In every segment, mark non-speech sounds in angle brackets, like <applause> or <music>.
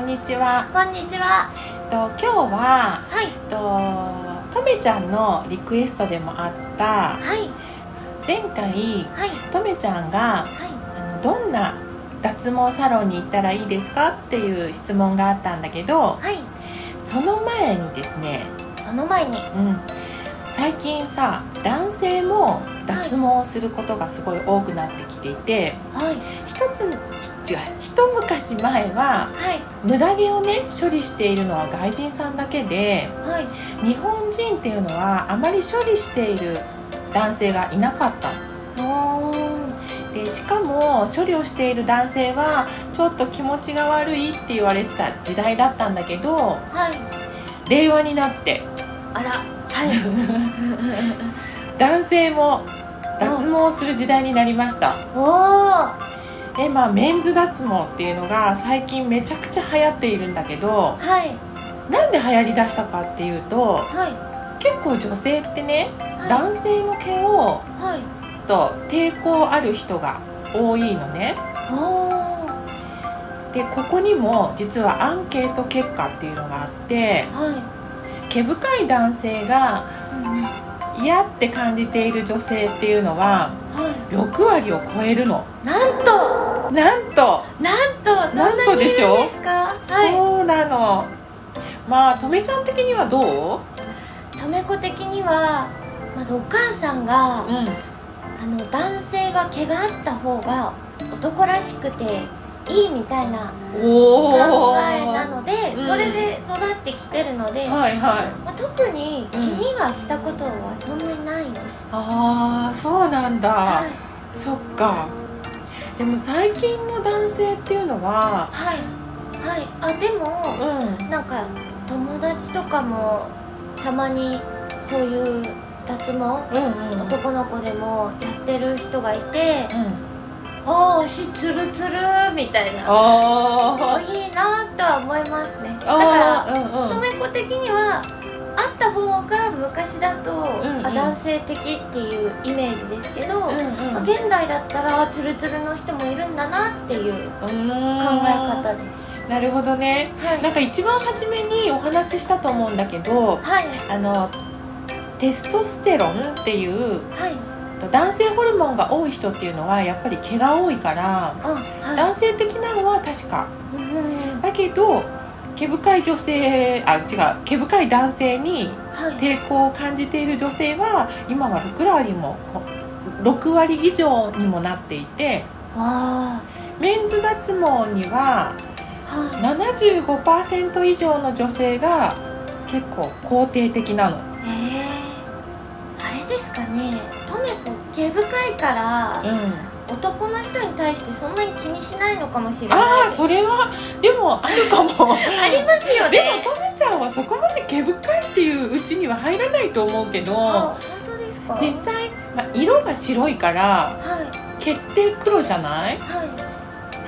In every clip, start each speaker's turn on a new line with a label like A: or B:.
A: にちは。
B: こんにちは。
A: えっと今日は
B: はい。
A: えっととめちゃんのリクエストでもあった
B: はい。
A: 前回
B: はい。
A: とめちゃんが
B: は
A: あのどんな脱毛サロンに行ったらいいですかっていう質問があったんだけど
B: い。はい。
A: その前にですね、
B: その前に。は
A: うん、最近さ男性も脱毛をすることがすごい多くなってきていて
B: い。
A: 一つ違う一昔前は
B: はい。
A: ムダ毛をね処理しているのは外人さんだけで
B: はい。
A: 日本人っていうのはあまり処理している男性がいなかった
B: おー。
A: でしかも処理をしている男性はちょっと気持ちが悪いって言われてた時代だったんだけど
B: はい。
A: 令和になって
B: あら。はい。
A: 男性も脱毛する時代になりました
B: おー。
A: でまあメンズ脱毛っていうのが最近めちゃくちゃ流行っているんだけど
B: はい。
A: なんで流行りだしたかっていうと
B: はい。
A: 結構女性ってね
B: は
A: 男性の毛を
B: い。はい。
A: と抵抗ある人が多いのね
B: おー。
A: でここにも実はアンケート結果っていうのがあって
B: は
A: 毛深い男性が
B: い。うんうん。
A: 嫌って感じている女性っていうのは
B: は
A: 6割を超えるの
B: い。なんと。
A: なんと、
B: なんと。そん
A: な
B: なんに
A: とでしょ
B: いるんですか。は
A: そうなのまあとめちゃん的にはどう
B: い。とめこ的には。まずお母さんが。
A: うん
B: あの男性は毛があった方が男らしくていいみたいな
A: お
B: 考
A: お
B: えなので、
A: うん
B: それで育ってきてるので、
A: はいはい
B: まあ、特に気にはしたことはそんなにないの、
A: ああそうなんだ、
B: はい
A: そっかでも最近の男性っていうのは
B: はいはいあで
A: う
B: も
A: ん
B: なんか友達とかもたまにそういう脱毛
A: うんうんうん
B: 男の子でもやってる人がいて
A: うん
B: ああ足ツルツルみたいな
A: あー
B: いいなとは思いますねだから
A: あーうん
B: 乙
A: うん
B: 女子的にはあった方が昔だと、
A: んうん
B: あ男性的っていうイメージですけど、
A: うん
B: ま
A: う
B: あ
A: ん
B: 現代だったらツルツルの人もいるんだなっていう
A: 考え
B: 考え方です、
A: なるほどね
B: はい
A: なんか一番初めにお話ししたと思うんだけど
B: はい
A: あのテストステロンっていう
B: はい
A: 男性ホルモンが多い人っていうのはやっぱり毛が多いから
B: あは
A: 男性的なのは確か
B: いうんうんうん
A: だけど毛深い女性あ違う毛深い男性に
B: はい
A: 抵抗を感じている女性は今は6割もこ6割以上にもなっていて
B: わ
A: メンズ脱毛には
B: あは
A: 75%以上の女性が結構肯定的なの
B: いえー、あれですかねとめこ毛深いから
A: うん
B: 男の人に対してそんなに気にしないのかもしれない
A: ああ
B: です
A: それはでもあるかも
B: <laughs> ありますよ
A: で
B: ね
A: もとめちゃんはそこまで毛深いっていううちには入らないと思うけど
B: あ本当ですか
A: 実際、まあ、色が白いから
B: はい
A: 毛って黒じゃない
B: はい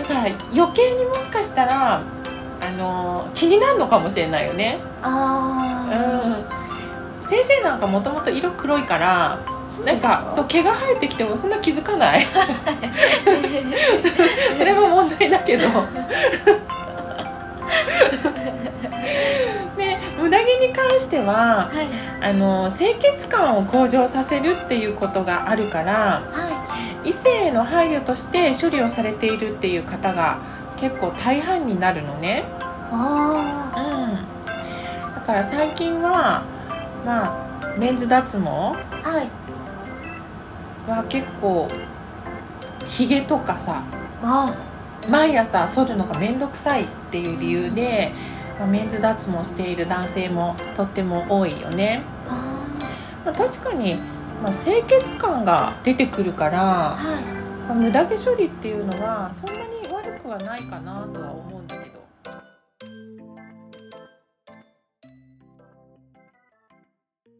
A: だから余計にもしかしたらあのー気になるのかもしれないよねうん
B: あ
A: 先生なんかもともと色黒いから
B: あ、そう
A: な
B: で
A: ん
B: す
A: かそう毛が生えてきてもそんな気づか <laughs> ない
B: <laughs>
A: それも問題だ <laughs> けどねムダ毛に関しては
B: はい
A: あの清潔感を向上させるっていうことがあるから
B: は
A: 異性への配慮として処理をされているっていう方が結構大半になるのね
B: いあ
A: うんだから最近はまあメンズ脱毛
B: あはい
A: は結構ひげとかさ
B: あ
A: 毎朝剃るのが面倒くさいっていう理由で、まあメンズ脱毛している男性もとっても多いよね、
B: ああ
A: まあ、確かに、まあ、清潔感が出てくるから
B: あ、はい
A: まあ、無駄毛処理っていうのはそんなに悪くはないかなとは思うんだけど